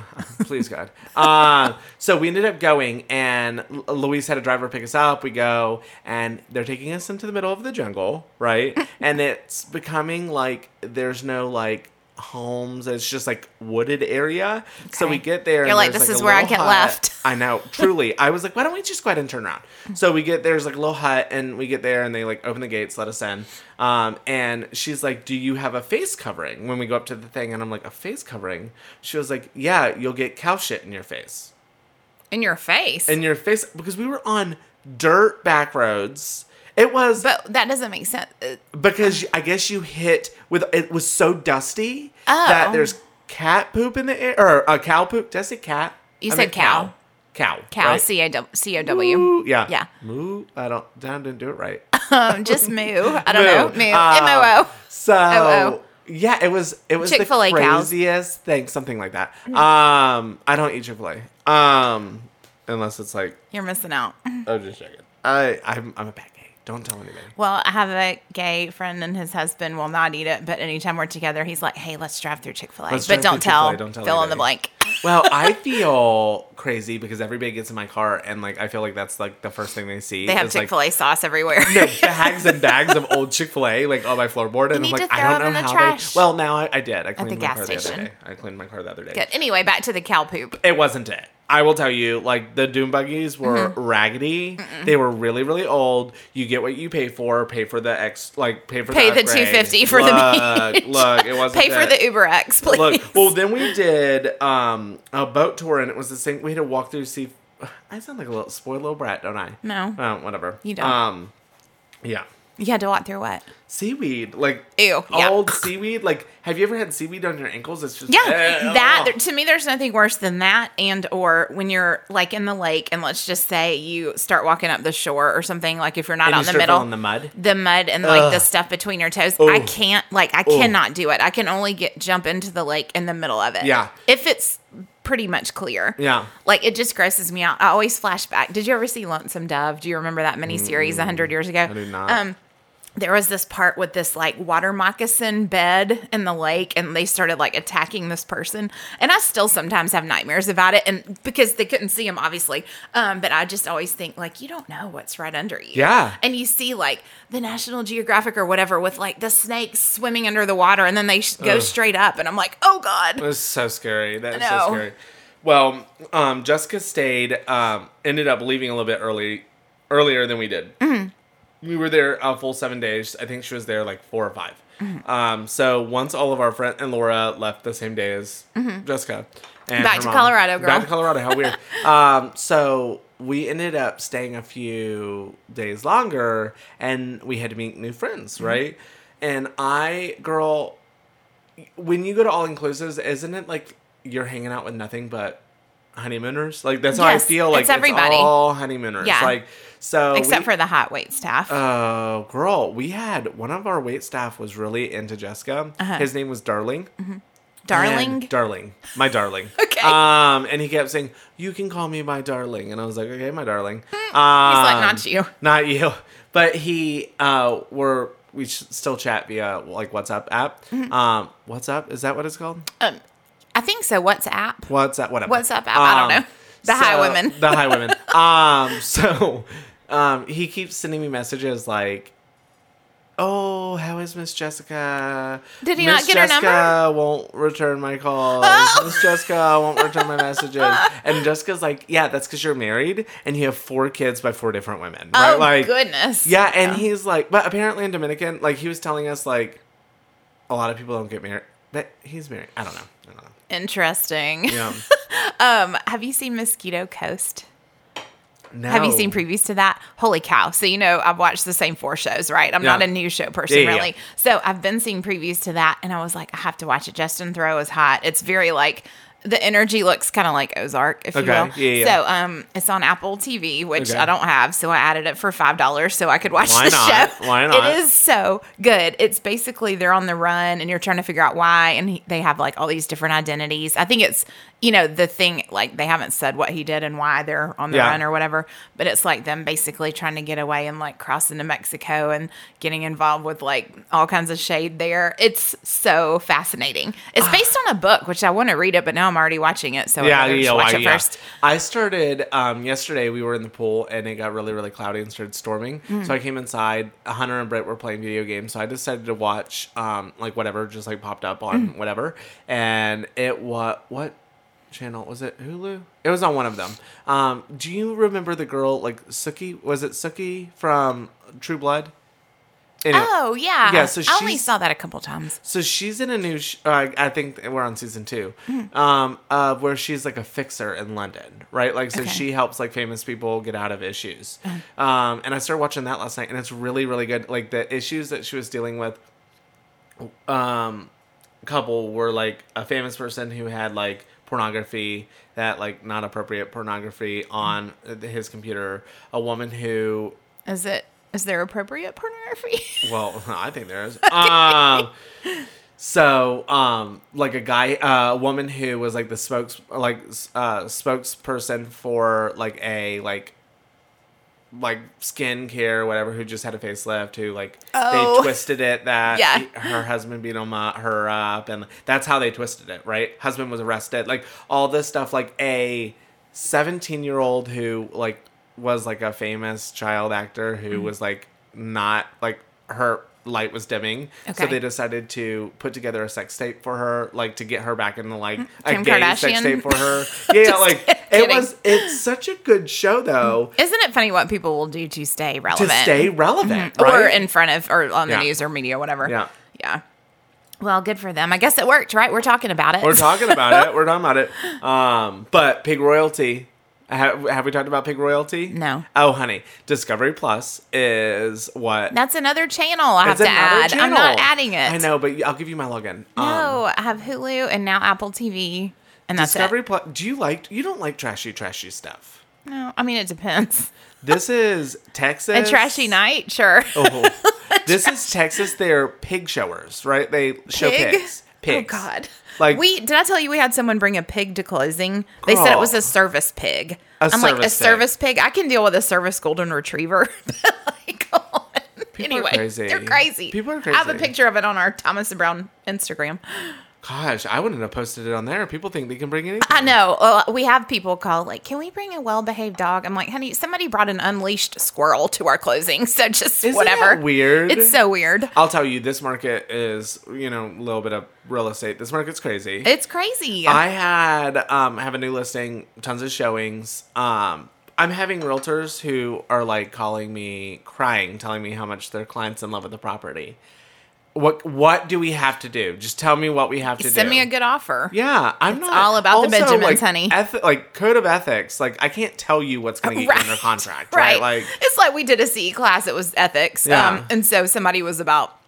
[SPEAKER 1] please God. Uh, so we ended up going, and L- Luis had a driver pick us up. We go, and they're taking us into the middle of the jungle, right? and it's becoming like there's no like homes. It's just like wooded area. So
[SPEAKER 2] Okay.
[SPEAKER 1] we get there.
[SPEAKER 2] You're
[SPEAKER 1] and
[SPEAKER 2] like,
[SPEAKER 1] there's,
[SPEAKER 2] "This is
[SPEAKER 1] a
[SPEAKER 2] where I
[SPEAKER 1] little
[SPEAKER 2] get
[SPEAKER 1] hut."
[SPEAKER 2] left.
[SPEAKER 1] I know, truly. I was like, why don't we just go ahead and turn around? So we get there's like a little hut, and we get there, and they like open the gates, let us in. Um, and she's like, "Do you have a face covering?" When we go up to the thing, and I'm like, "A face covering?" She was like, "Yeah, you'll get cow shit in your face,
[SPEAKER 2] In your face.
[SPEAKER 1] in your face," because we were on dirt back roads. It was
[SPEAKER 2] but that doesn't make sense. Uh,
[SPEAKER 1] because you- I guess you hit with it was so dusty
[SPEAKER 2] Oh.
[SPEAKER 1] that there's cat poop in the air or a cow poop. Did I say cat?
[SPEAKER 2] You
[SPEAKER 1] I
[SPEAKER 2] said
[SPEAKER 1] meant Cow.
[SPEAKER 2] Cow,
[SPEAKER 1] right?
[SPEAKER 2] C A C O
[SPEAKER 1] Moo,
[SPEAKER 2] W.
[SPEAKER 1] yeah.
[SPEAKER 2] Yeah.
[SPEAKER 1] Moo. I don't. Dan didn't do it right.
[SPEAKER 2] Um, just moo. I don't know. Moo.
[SPEAKER 1] Um,
[SPEAKER 2] M O
[SPEAKER 1] So
[SPEAKER 2] O.
[SPEAKER 1] yeah, it was it was
[SPEAKER 2] Oh, Chick-fil-A Mm.
[SPEAKER 1] the
[SPEAKER 2] cows.
[SPEAKER 1] craziest thing, something like that. Um, I don't eat Chick Fil A, um, unless it's like
[SPEAKER 2] o. You're missing out.
[SPEAKER 1] oh, just checking. I I'm I'm a bad gay. Don't tell anybody.
[SPEAKER 2] Well, I have a gay friend and his husband will not eat it, but anytime we're together, he's like, hey, let's drive through Chick fil A.
[SPEAKER 1] Let's
[SPEAKER 2] But
[SPEAKER 1] drive through
[SPEAKER 2] don't tell,
[SPEAKER 1] Chick-fil-A, don't tell
[SPEAKER 2] fill in the
[SPEAKER 1] anybody.
[SPEAKER 2] blank.
[SPEAKER 1] Well, I feel crazy because everybody gets in my car and like I feel like that's like the first thing they see.
[SPEAKER 2] They have
[SPEAKER 1] is, like,
[SPEAKER 2] Chick fil A sauce everywhere.
[SPEAKER 1] no, bags and bags of old Chick Fil A like on my floorboard, and
[SPEAKER 2] need
[SPEAKER 1] I'm like,
[SPEAKER 2] to
[SPEAKER 1] I
[SPEAKER 2] throw
[SPEAKER 1] don't
[SPEAKER 2] them
[SPEAKER 1] know
[SPEAKER 2] in
[SPEAKER 1] how
[SPEAKER 2] the trash.
[SPEAKER 1] they. Well, now I, I did. I cleaned
[SPEAKER 2] the
[SPEAKER 1] my
[SPEAKER 2] gas
[SPEAKER 1] car the
[SPEAKER 2] station.
[SPEAKER 1] other day. I cleaned my car the other day.
[SPEAKER 2] Good. Anyway, back to the cow poop.
[SPEAKER 1] It wasn't it. I will tell you, like the Doom buggies were
[SPEAKER 2] Mm-hmm.
[SPEAKER 1] raggedy. They were really, really old. You get what you pay for. Pay for the ex, like pay for
[SPEAKER 2] Pay the
[SPEAKER 1] the upgrade.
[SPEAKER 2] $2.50 for the
[SPEAKER 1] look, Look, it wasn't
[SPEAKER 2] Pay for
[SPEAKER 1] it.
[SPEAKER 2] the Uber X, please.
[SPEAKER 1] Look, well, then we did um a boat tour, and it was the same. We had to walk through sea. I sound like a little spoiled little brat, don't I?
[SPEAKER 2] No.
[SPEAKER 1] Um, whatever.
[SPEAKER 2] You don't.
[SPEAKER 1] Um, yeah.
[SPEAKER 2] you had to walk through what?
[SPEAKER 1] Seaweed, like
[SPEAKER 2] Ew, yeah.
[SPEAKER 1] old seaweed. Like, have you ever had seaweed on your ankles? It's just eh, oh.
[SPEAKER 2] Yeah,
[SPEAKER 1] Ugh.
[SPEAKER 2] that there, to me, there's nothing worse than that. And or when you're like in the lake, and let's just say you start walking up the shore or something. Like if you're not
[SPEAKER 1] And
[SPEAKER 2] out
[SPEAKER 1] you
[SPEAKER 2] in the
[SPEAKER 1] start
[SPEAKER 2] middle,
[SPEAKER 1] feeling the mud?
[SPEAKER 2] the mud, and like the
[SPEAKER 1] Ugh.
[SPEAKER 2] stuff between your toes. I can't, like, I cannot do it. I can only get jump into the lake in the middle of it.
[SPEAKER 1] Yeah.
[SPEAKER 2] if it's pretty much clear.
[SPEAKER 1] Yeah.
[SPEAKER 2] Like it just grosses me out. I always flash back. Did you ever see Lonesome Dove? Do you remember that miniseries a hundred years ago? I
[SPEAKER 1] do not.
[SPEAKER 2] Um, there was this part with this like water moccasin bed in the lake and they started like attacking this person and i still sometimes have nightmares about it and because they couldn't see him obviously um, but i just always think like you don't know what's right under you
[SPEAKER 1] Yeah.
[SPEAKER 2] and you see like the national geographic or whatever with like the snakes swimming under the water and then they sh- go
[SPEAKER 1] Ugh.
[SPEAKER 2] straight up and i'm like oh god
[SPEAKER 1] That's so scary. That is
[SPEAKER 2] know.
[SPEAKER 1] so scary. Well, um, Jessica stayed. Um, ended up leaving a little bit early, earlier than we did.
[SPEAKER 2] Mm-hmm.
[SPEAKER 1] We were there a full seven days. I think she was there like four or 5
[SPEAKER 2] Mm-hmm.
[SPEAKER 1] Um, so once all of our friend and Laura left the same day as Jessica, and
[SPEAKER 2] Mm-hmm. Back
[SPEAKER 1] her
[SPEAKER 2] to Colorado, girl.
[SPEAKER 1] Back to Colorado. How weird. um, so we ended up staying a few days longer, and we had to meet new friends,
[SPEAKER 2] Mm-hmm.
[SPEAKER 1] right? And I, girl, when you go to all inclusives, isn't it like you're hanging out with nothing but honeymooners? Like that's how I
[SPEAKER 2] Yes,
[SPEAKER 1] feel. Like
[SPEAKER 2] it's everybody.
[SPEAKER 1] all honeymooners.
[SPEAKER 2] Yeah.
[SPEAKER 1] Like so.
[SPEAKER 2] except
[SPEAKER 1] we,
[SPEAKER 2] for the hot wait staff
[SPEAKER 1] uh, girl, we had one of our wait staff was really into Jessica. His name was Darling.
[SPEAKER 2] Uh-huh. Mm-hmm. darling
[SPEAKER 1] And darling. My darling.
[SPEAKER 2] Okay.
[SPEAKER 1] Um, and he kept saying, You can call me my darling. And I was like, Okay, my darling. Um, He's
[SPEAKER 2] like, "Not you."
[SPEAKER 1] Not you. But he, uh, we're, we s- still chat via like WhatsApp app.
[SPEAKER 2] Mm-hmm.
[SPEAKER 1] Um, WhatsApp? Is that what it's called?
[SPEAKER 2] um, i think so what's app
[SPEAKER 1] WhatsApp, whatever. Um,
[SPEAKER 2] WhatsApp app, I don't know. The high
[SPEAKER 1] so-
[SPEAKER 2] women.
[SPEAKER 1] the high women. Um, so um, he keeps sending me messages like, "Oh, how is Miss Jessica?
[SPEAKER 2] Did he
[SPEAKER 1] Miss
[SPEAKER 2] not get her
[SPEAKER 1] Jessica
[SPEAKER 2] number?
[SPEAKER 1] Won't return my calls.
[SPEAKER 2] Oh.
[SPEAKER 1] Miss Jessica won't return my messages." And Jessica's like, "Yeah, that's because you're married and you have four kids by four different women, right?
[SPEAKER 2] oh
[SPEAKER 1] like,
[SPEAKER 2] goodness
[SPEAKER 1] yeah." And he's like, "But apparently in Dominican, like he was telling us like, a lot of people don't get married, but he's married. I don't know. I don't know."
[SPEAKER 2] interesting
[SPEAKER 1] Yeah.
[SPEAKER 2] Um, have you seen Mosquito Coast? Have you
[SPEAKER 1] No.
[SPEAKER 2] seen previews to that? Holy cow. So, you know, I've watched the same four shows, right? I'm not
[SPEAKER 1] Yeah.
[SPEAKER 2] a new show person,
[SPEAKER 1] Yeah, yeah,
[SPEAKER 2] really.
[SPEAKER 1] yeah.
[SPEAKER 2] So, I've been seeing previews to that, and I was like, I have to watch it. Justin Thoreau is hot. It's very like the energy looks kind of like Ozark, if
[SPEAKER 1] Okay.
[SPEAKER 2] you will.
[SPEAKER 1] Yeah, yeah.
[SPEAKER 2] So, um, it's on Apple TV, which
[SPEAKER 1] Okay.
[SPEAKER 2] I don't have. So, I added it for $5 so I could watch
[SPEAKER 1] Why
[SPEAKER 2] the
[SPEAKER 1] not?
[SPEAKER 2] show.
[SPEAKER 1] Why not?
[SPEAKER 2] It is so good. It's basically they're on the run and you're trying to figure out why, and he, they have like all these different identities. I think it's you know the thing like they haven't said what he did and why they're on the
[SPEAKER 1] Yeah.
[SPEAKER 2] run or whatever, but it's like them basically trying to get away and like crossing to Mexico and getting involved with like all kinds of shade there. It's so fascinating. It's based on a book, which I want to read it, but now I'm already watching it, so yeah, I
[SPEAKER 1] Ah. yeah,
[SPEAKER 2] better
[SPEAKER 1] yeah,
[SPEAKER 2] just
[SPEAKER 1] yeah,
[SPEAKER 2] watch
[SPEAKER 1] why-
[SPEAKER 2] it
[SPEAKER 1] yeah.
[SPEAKER 2] first.
[SPEAKER 1] I started um, yesterday. We were in the pool and it got really, really cloudy and started storming.
[SPEAKER 2] Mm.
[SPEAKER 1] So I came inside. Hunter and Britt were playing video games, so I decided to watch um, like whatever just like popped up on
[SPEAKER 2] Mm.
[SPEAKER 1] whatever, and it what what channel was it? Hulu. It was on one of them. Um, do you remember the girl like Suki? Was it Suki from True Blood? Anyway,
[SPEAKER 2] Oh yeah,
[SPEAKER 1] Yeah, so
[SPEAKER 2] I only
[SPEAKER 1] she's-
[SPEAKER 2] saw that a couple times.
[SPEAKER 1] So she's in a new. Sh- uh, I think we're on season two, um, uh, where she's like a fixer in London, right? Like, so
[SPEAKER 2] Okay.
[SPEAKER 1] she helps like famous people get out of issues. Um, and I started watching that last night, and it's really, really good. Like the issues that she was dealing with, um, couple were like a famous person who had like pornography that like not appropriate pornography on uh, his computer, a woman who
[SPEAKER 2] Is it? Is there appropriate pornography?
[SPEAKER 1] well, I think there is. Um, so, um, like a guy, uh, a woman who was like the spokes, like uh, spokesperson for like a like like skincare or whatever, who just had a facelift, who like
[SPEAKER 2] Oh.
[SPEAKER 1] they twisted it that
[SPEAKER 2] Yeah.
[SPEAKER 1] he- her husband beat him up, her up, and that's how they twisted it. Right, husband was arrested, like all this stuff, like a seventeen-year-old who like was like a famous child actor
[SPEAKER 2] Mm-hmm.
[SPEAKER 1] who was like not like her light was dimming so
[SPEAKER 2] Okay.
[SPEAKER 1] they decided to put together a sex tape for her like to get her back in the like a
[SPEAKER 2] Mm-hmm. Kim
[SPEAKER 1] gay
[SPEAKER 2] Kardashian?
[SPEAKER 1] sex tape for her yeah, yeah, like it
[SPEAKER 2] kidding.
[SPEAKER 1] was it's such a good show though
[SPEAKER 2] Isn't it funny what people will do to stay
[SPEAKER 1] to
[SPEAKER 2] relevant?
[SPEAKER 1] stay relevant, right?
[SPEAKER 2] Mm-hmm. Or in front of, or on the
[SPEAKER 1] Yeah.
[SPEAKER 2] news or media, whatever.
[SPEAKER 1] Yeah.
[SPEAKER 2] Yeah. Well, good for them. I guess it worked, right? We're talking about it.
[SPEAKER 1] We're talking about it. We're talking about it. Um, but pig royalty. Have, have we talked about pig royalty?
[SPEAKER 2] No.
[SPEAKER 1] Oh, honey, Discovery Plus is what.
[SPEAKER 2] That's another channel I have
[SPEAKER 1] It's
[SPEAKER 2] to
[SPEAKER 1] another
[SPEAKER 2] add. I'm not
[SPEAKER 1] channel.
[SPEAKER 2] adding it.
[SPEAKER 1] I know, but I'll give you my login. Um,
[SPEAKER 2] No, I have Hulu and now Apple TV, and that's
[SPEAKER 1] Discovery Plus. Do you like? You don't like trashy, trashy stuff.
[SPEAKER 2] it. No, I mean it depends.
[SPEAKER 1] This is Texas.
[SPEAKER 2] A trashy night, sure.
[SPEAKER 1] Oh, this is Texas. They're pig showers, right? They show pigs. Pigs.
[SPEAKER 2] Oh God.
[SPEAKER 1] Like
[SPEAKER 2] we did I tell you we had someone bring a pig to closing? They said it was
[SPEAKER 1] Girl.
[SPEAKER 2] a service pig.
[SPEAKER 1] A
[SPEAKER 2] I'm like a
[SPEAKER 1] service pig.
[SPEAKER 2] service pig. I can deal with a service golden retriever. but, like, come on.
[SPEAKER 1] People are
[SPEAKER 2] anyway,
[SPEAKER 1] crazy.
[SPEAKER 2] they're crazy.
[SPEAKER 1] People are
[SPEAKER 2] I have a
[SPEAKER 1] crazy.
[SPEAKER 2] picture of it on our Thomas and Brown Instagram.
[SPEAKER 1] Gosh, I wouldn't have posted it on there. People think they can bring anything.
[SPEAKER 2] I know. Uh, we have people call like, "Can we bring a well-behaved dog?" I'm like, "Honey, somebody brought an unleashed squirrel to our closing, so just
[SPEAKER 1] Isn't
[SPEAKER 2] whatever."
[SPEAKER 1] that weird?
[SPEAKER 2] It's so weird.
[SPEAKER 1] I'll tell you, this market is, you know, a little bit of real estate. This market's crazy.
[SPEAKER 2] It's crazy.
[SPEAKER 1] I had um I have a new listing, tons of showings. Um I'm having realtors who are like calling me crying, telling me how much their clients in love with the property. What what do we have to do? Just tell me what we have to
[SPEAKER 2] Send
[SPEAKER 1] do.
[SPEAKER 2] me a good offer.
[SPEAKER 1] yeah, I'm not
[SPEAKER 2] all about the Benjamins,
[SPEAKER 1] like,
[SPEAKER 2] honey.
[SPEAKER 1] eth- like code of ethics. Like I can't tell you what's going to get you in their contract, right?
[SPEAKER 2] right.
[SPEAKER 1] Like
[SPEAKER 2] it's like we did a CE class. It was ethics.
[SPEAKER 1] Yeah.
[SPEAKER 2] Um, and so somebody was about,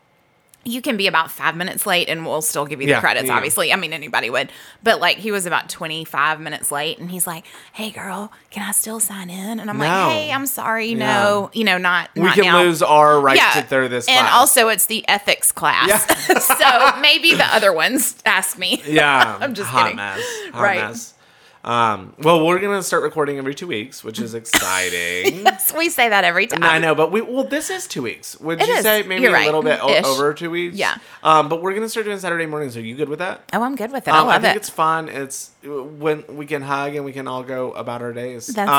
[SPEAKER 2] you can be about five minutes late and we'll still give you
[SPEAKER 1] Yeah,
[SPEAKER 2] the credits,
[SPEAKER 1] yeah.
[SPEAKER 2] obviously. I mean, anybody would. But like he was about 25 minutes late and he's like, hey, girl, can I still sign in? And I'm
[SPEAKER 1] No.
[SPEAKER 2] like, hey, I'm sorry. No, you know, not.
[SPEAKER 1] we
[SPEAKER 2] not
[SPEAKER 1] can
[SPEAKER 2] now.
[SPEAKER 1] lose our right to throw this
[SPEAKER 2] And
[SPEAKER 1] class.
[SPEAKER 2] also, it's the ethics class.
[SPEAKER 1] Yeah.
[SPEAKER 2] so maybe the other ones ask me.
[SPEAKER 1] Yeah,
[SPEAKER 2] I'm just
[SPEAKER 1] hot
[SPEAKER 2] kidding.
[SPEAKER 1] mess. Hot
[SPEAKER 2] Right.
[SPEAKER 1] mess. Um, well, we're gonna start recording every two weeks, which is exciting.
[SPEAKER 2] Yes, we say that every time.
[SPEAKER 1] I know, but we well, this is two weeks. Would
[SPEAKER 2] It
[SPEAKER 1] you
[SPEAKER 2] is.
[SPEAKER 1] say maybe
[SPEAKER 2] You're
[SPEAKER 1] a
[SPEAKER 2] right.
[SPEAKER 1] little bit o-
[SPEAKER 2] Ish.
[SPEAKER 1] over two weeks?
[SPEAKER 2] Yeah.
[SPEAKER 1] Um, but we're gonna start doing Saturday mornings. Are you good with that?
[SPEAKER 2] Oh, I'm good with it. I
[SPEAKER 1] Um,
[SPEAKER 2] love
[SPEAKER 1] think
[SPEAKER 2] it.
[SPEAKER 1] it's fun. It's when we can hug and we can all go about our days. Um,
[SPEAKER 2] That's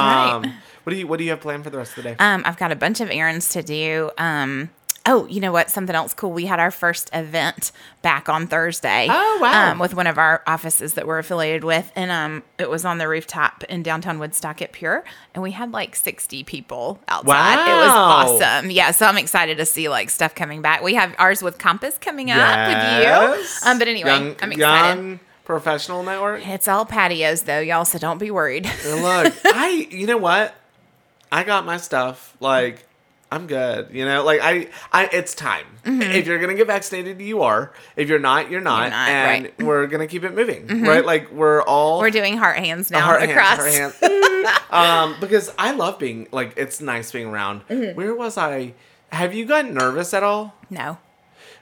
[SPEAKER 2] right.
[SPEAKER 1] What do you What do you have planned for the rest of the day?
[SPEAKER 2] Um, I've got a bunch of errands to do. Um, oh, you know what? Something else cool. We had our first event back on Thursday.
[SPEAKER 1] Oh, wow.
[SPEAKER 2] Um, with one of our offices that we're affiliated with, and um, it was on the rooftop in downtown Woodstock at Pure, and we had like sixty people outside. It was
[SPEAKER 1] Wow.
[SPEAKER 2] awesome. Yeah, so I'm excited to see like stuff coming back. We have ours with Compass coming up with
[SPEAKER 1] Yes.
[SPEAKER 2] you. Um, but anyway,
[SPEAKER 1] Young-
[SPEAKER 2] I'm excited.
[SPEAKER 1] Young professional network.
[SPEAKER 2] It's all patios though, y'all. So don't be worried.
[SPEAKER 1] And look, I you know what? I got my stuff. Like I'm good. You know, like I I it's time.
[SPEAKER 2] Mm-hmm.
[SPEAKER 1] If you're gonna get vaccinated, you are. If you're not, you're not.
[SPEAKER 2] not,
[SPEAKER 1] and
[SPEAKER 2] right. Mm-hmm.
[SPEAKER 1] we're gonna keep it moving, right? Like we're all
[SPEAKER 2] We're doing heart hands now
[SPEAKER 1] heart hands,
[SPEAKER 2] across.
[SPEAKER 1] heart hands. um, because I love being like it's nice being around.
[SPEAKER 2] Mm-hmm.
[SPEAKER 1] Where was I? Have you gotten nervous at all?
[SPEAKER 2] No.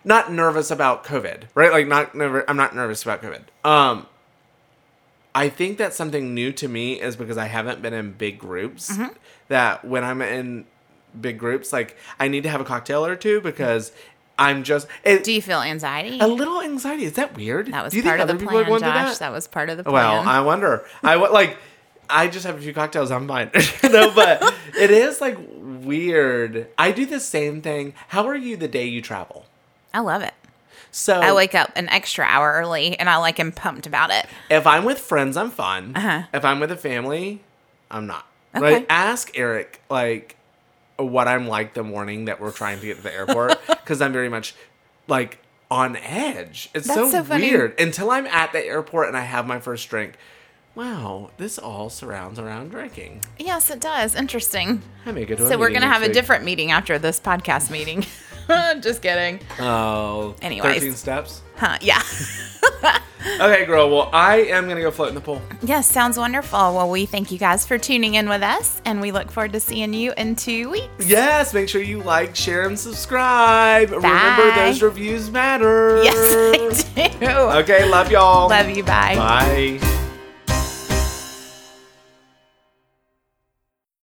[SPEAKER 1] not nervous about COVID, right? Like not never I'm not nervous about COVID. Um I think that's something new to me is because I haven't been in big groups
[SPEAKER 2] Mm-hmm.
[SPEAKER 1] that when I'm in big groups, like I need to have a cocktail or two because I'm just it,
[SPEAKER 2] Do you feel anxiety?
[SPEAKER 1] a little anxiety. Is that weird?
[SPEAKER 2] That was
[SPEAKER 1] Do you
[SPEAKER 2] part
[SPEAKER 1] think
[SPEAKER 2] of the
[SPEAKER 1] other people would
[SPEAKER 2] plan,
[SPEAKER 1] want
[SPEAKER 2] Josh.
[SPEAKER 1] to do
[SPEAKER 2] That?
[SPEAKER 1] that?
[SPEAKER 2] was part of the
[SPEAKER 1] Oh,
[SPEAKER 2] plan.
[SPEAKER 1] Well, I wonder. I wa- like. I just have a few cocktails. I'm fine. no, but it is like weird. I do the same thing. How are you the day you travel?
[SPEAKER 2] I love it.
[SPEAKER 1] So
[SPEAKER 2] I wake up an extra hour early, and I like am pumped about it.
[SPEAKER 1] If I'm with friends, I'm fun.
[SPEAKER 2] Uh-huh.
[SPEAKER 1] If I'm with a family, I'm not.
[SPEAKER 2] Okay.
[SPEAKER 1] Right? Ask Eric like what I'm like the morning that we're trying to get to the airport because I'm very much like on edge. It's
[SPEAKER 2] That's
[SPEAKER 1] so,
[SPEAKER 2] so funny.
[SPEAKER 1] weird until I'm at the airport and I have my first drink. Wow, this all surrounds around drinking.
[SPEAKER 2] Yes, it does. Interesting.
[SPEAKER 1] I may go to a
[SPEAKER 2] So we're
[SPEAKER 1] meeting
[SPEAKER 2] gonna have
[SPEAKER 1] next
[SPEAKER 2] a
[SPEAKER 1] week.
[SPEAKER 2] different meeting after this podcast meeting. Just kidding.
[SPEAKER 1] oh
[SPEAKER 2] Anyways.
[SPEAKER 1] 13 steps.
[SPEAKER 2] Huh? Yeah.
[SPEAKER 1] Okay, girl. Well, I am gonna go float in the pool.
[SPEAKER 2] yes, sounds wonderful. Well, we thank you guys for tuning in with us, and we look forward to seeing you in two weeks.
[SPEAKER 1] Yes, make sure you like, share, and subscribe. Remember,
[SPEAKER 2] Bye.
[SPEAKER 1] those reviews matter.
[SPEAKER 2] Yes, I do.
[SPEAKER 1] Okay, love y'all.
[SPEAKER 2] Love you. Bye.
[SPEAKER 1] Bye.